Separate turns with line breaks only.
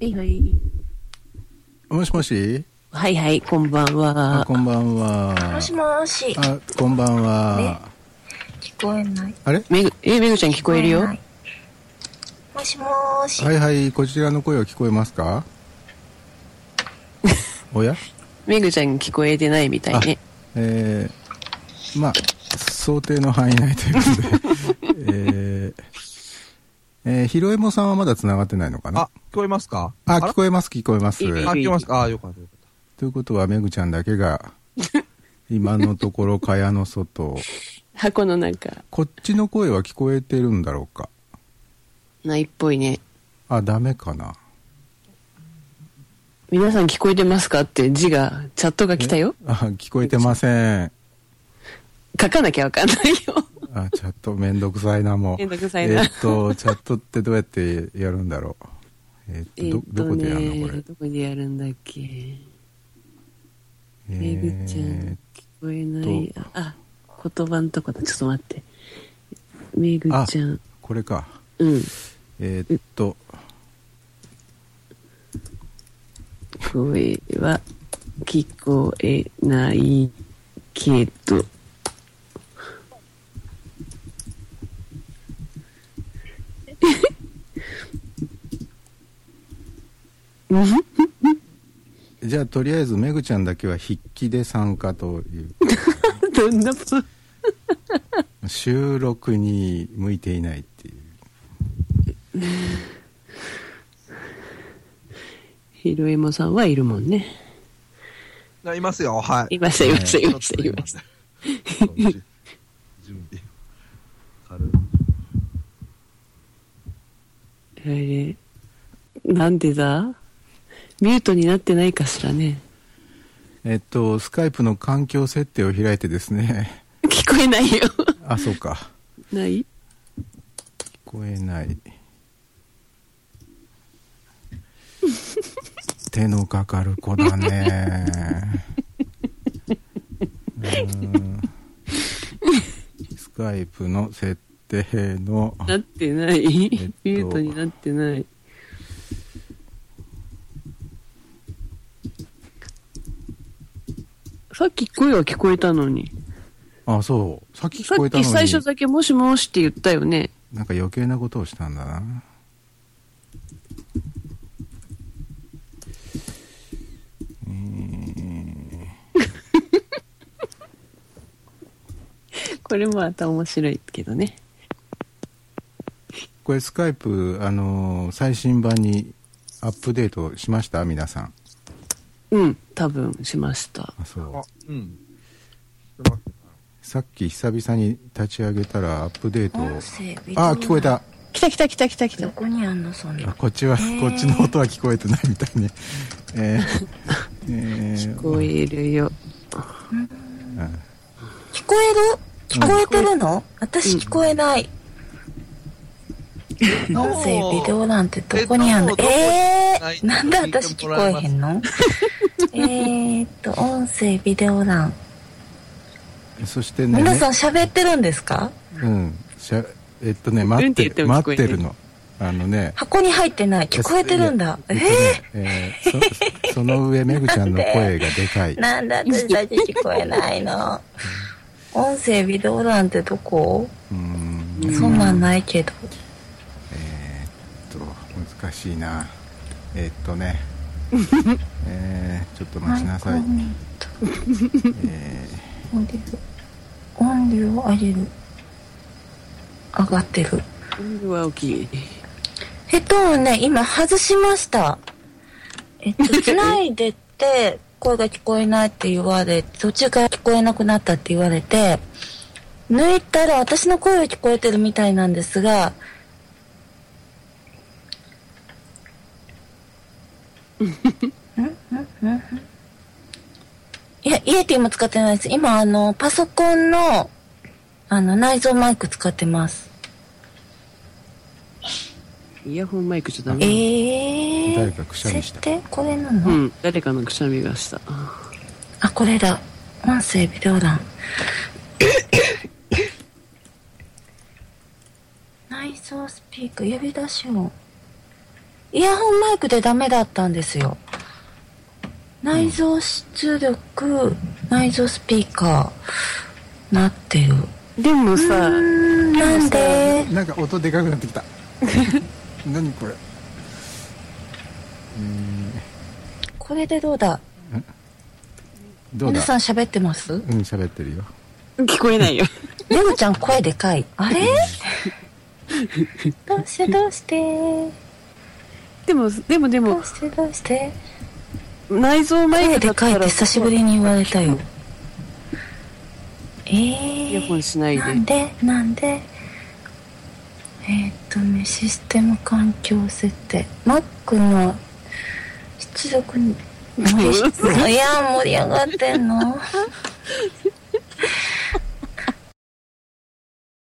はいはい。
もしもし
はいはい、こんばん
あ、
は。
こんばんは。
もしもし。
あ、こんばんは。
聞こえない。
あれ
めぐ、え、めぐちゃん聞こえるよ。
ないもしもーし。
はいはい、こちらの声は聞こえますかおや
めぐちゃん聞こえてないみたいね。
えー、まあ、想定の範囲内ということで。えーえー、ひろえもさんはまだ繋がってないのかな
あ、聞こえますか
あ、
あ
聞こえます、聞こえます。
いい
あ、聞こえますかあ、よかったよかっ
ということは、めぐちゃんだけが、今のところ蚊帳の外。
箱の中、
こっちの声は聞こえてるんだろうか。
ないっぽいね。
あ、ダメかな。
皆さん聞こえてますかって字が、チャットが来たよ。
あ、聞こえてません。
書かなきゃわかんないよ。
あ、チャットめんどくさいな、もう。
めんどくさいな
えっと、チャットってどうやってやるんだろう。 えっと、ど、どこでやるのこれ。
どこでやるんだっけ。
え
めぐちゃん、
ー
聞こえない。あ、言葉のとこだ。ちょっと待って。めぐちゃん。
これか。
うん。
えーっと、
声は聞こえないけ ど。
じゃあとりあえずめぐちゃんだけは筆記で参加という、
どんなこと
収録に向いていないっていう。
ひろえもさんはいるもんね。
た。いますよ、はい。
いました、いました、い
ちょ
ま
っ
した、
と
いました。
今準備。軽
あ
い
れなんでだミュートになってないかしらね。
えっと、スカイプの環境設定を開いてですね。
聞こえないよ。
あ、そうか。
ない
聞こえない。 手のかかる子だね。うーんスカイプの設定の、
なってない。ミ
っと
ュートになってない。さっき声は聞こえたのに。
あ、そう。さっき
さ
聞こえ
った
の
き
に。
最初だけもしもしって言ったよね。
なんか余計なことをしたんだな。えー
これもまた面白いけどね。
これスカイプ、あのー最新版にアップデートしました皆さん。
うん、多分しました。
あ、そう
あ。、うん。
さっき久々に立ち上げたらアップデート
音
を。
声微動
あ
な
ー、聞こえ。た。
来た来た来た来た来
ど
た。
こにあんの、そん
あ
な。
こっちは、
ー
こっちの音は聞こえてないみたい ね。えーえ
聞
ー
こえるよ。
聞こえる聞こえてるの私聞こえない。音声微動なんてどこにあんの
え
え
どこ
ー、なんで私聞こえへんのえーっと、音声微動欄。
そしてね。
皆さん喋ってるんですか
うん。しゃえっとね、待っ
うんって言って
て、
も聞
待
こ
っ
えな
て
い
るの。あのね。
箱に入ってない。聞こえてるんだ。
い
え
やえっ とねえーそ その上、めぐちゃんの声がでかい
ー、。なんで私たち聞こえないの音声微動欄ってどこ
うーん。
そんなんないけど。
えーっと、難しいな。えーっとね。えー、ちょっと待ちなさい。え
音量音量を上げる上がってる
今度は大きい。
ヘッドホンね今外しましたえっとつないでって声が聞こえないって言われ途中から聞こえなくなったって言われて抜いたら私の声は聞こえてるみたいなんですがいや、イエティも使ってないです。今、あの、パソコンの、あの、内蔵マイク使ってます。
イヤホンマイクじゃダ
え
メ。
ー。
誰かくしゃみした
設定これなの、
うん、誰かのくしゃみがした。
あ、これだ。音声微動 欄。内蔵スピーク、呼び出し音。イヤホンマイクでダメだったんですよ。内蔵出力、内蔵スピーカー、なってる。
でもさ、
うん、なんで
なんか音でかくなってきた何これ
これでどうだ
どうだ
皆さん喋ってます
うん喋ってるよ
聞こえないよ。
レオちゃん声でかい。あれ どうしてどうして
でも、でもで
ど
も
う、してどうして
内蔵マイ
声
クだ
で
った
かいっ
ら
て久しぶりに言われたよ。えー。
イヤホンしないで
なんでなんでえーっとね、システム環境設定。Mac の出 力に。いや、盛り上がってんの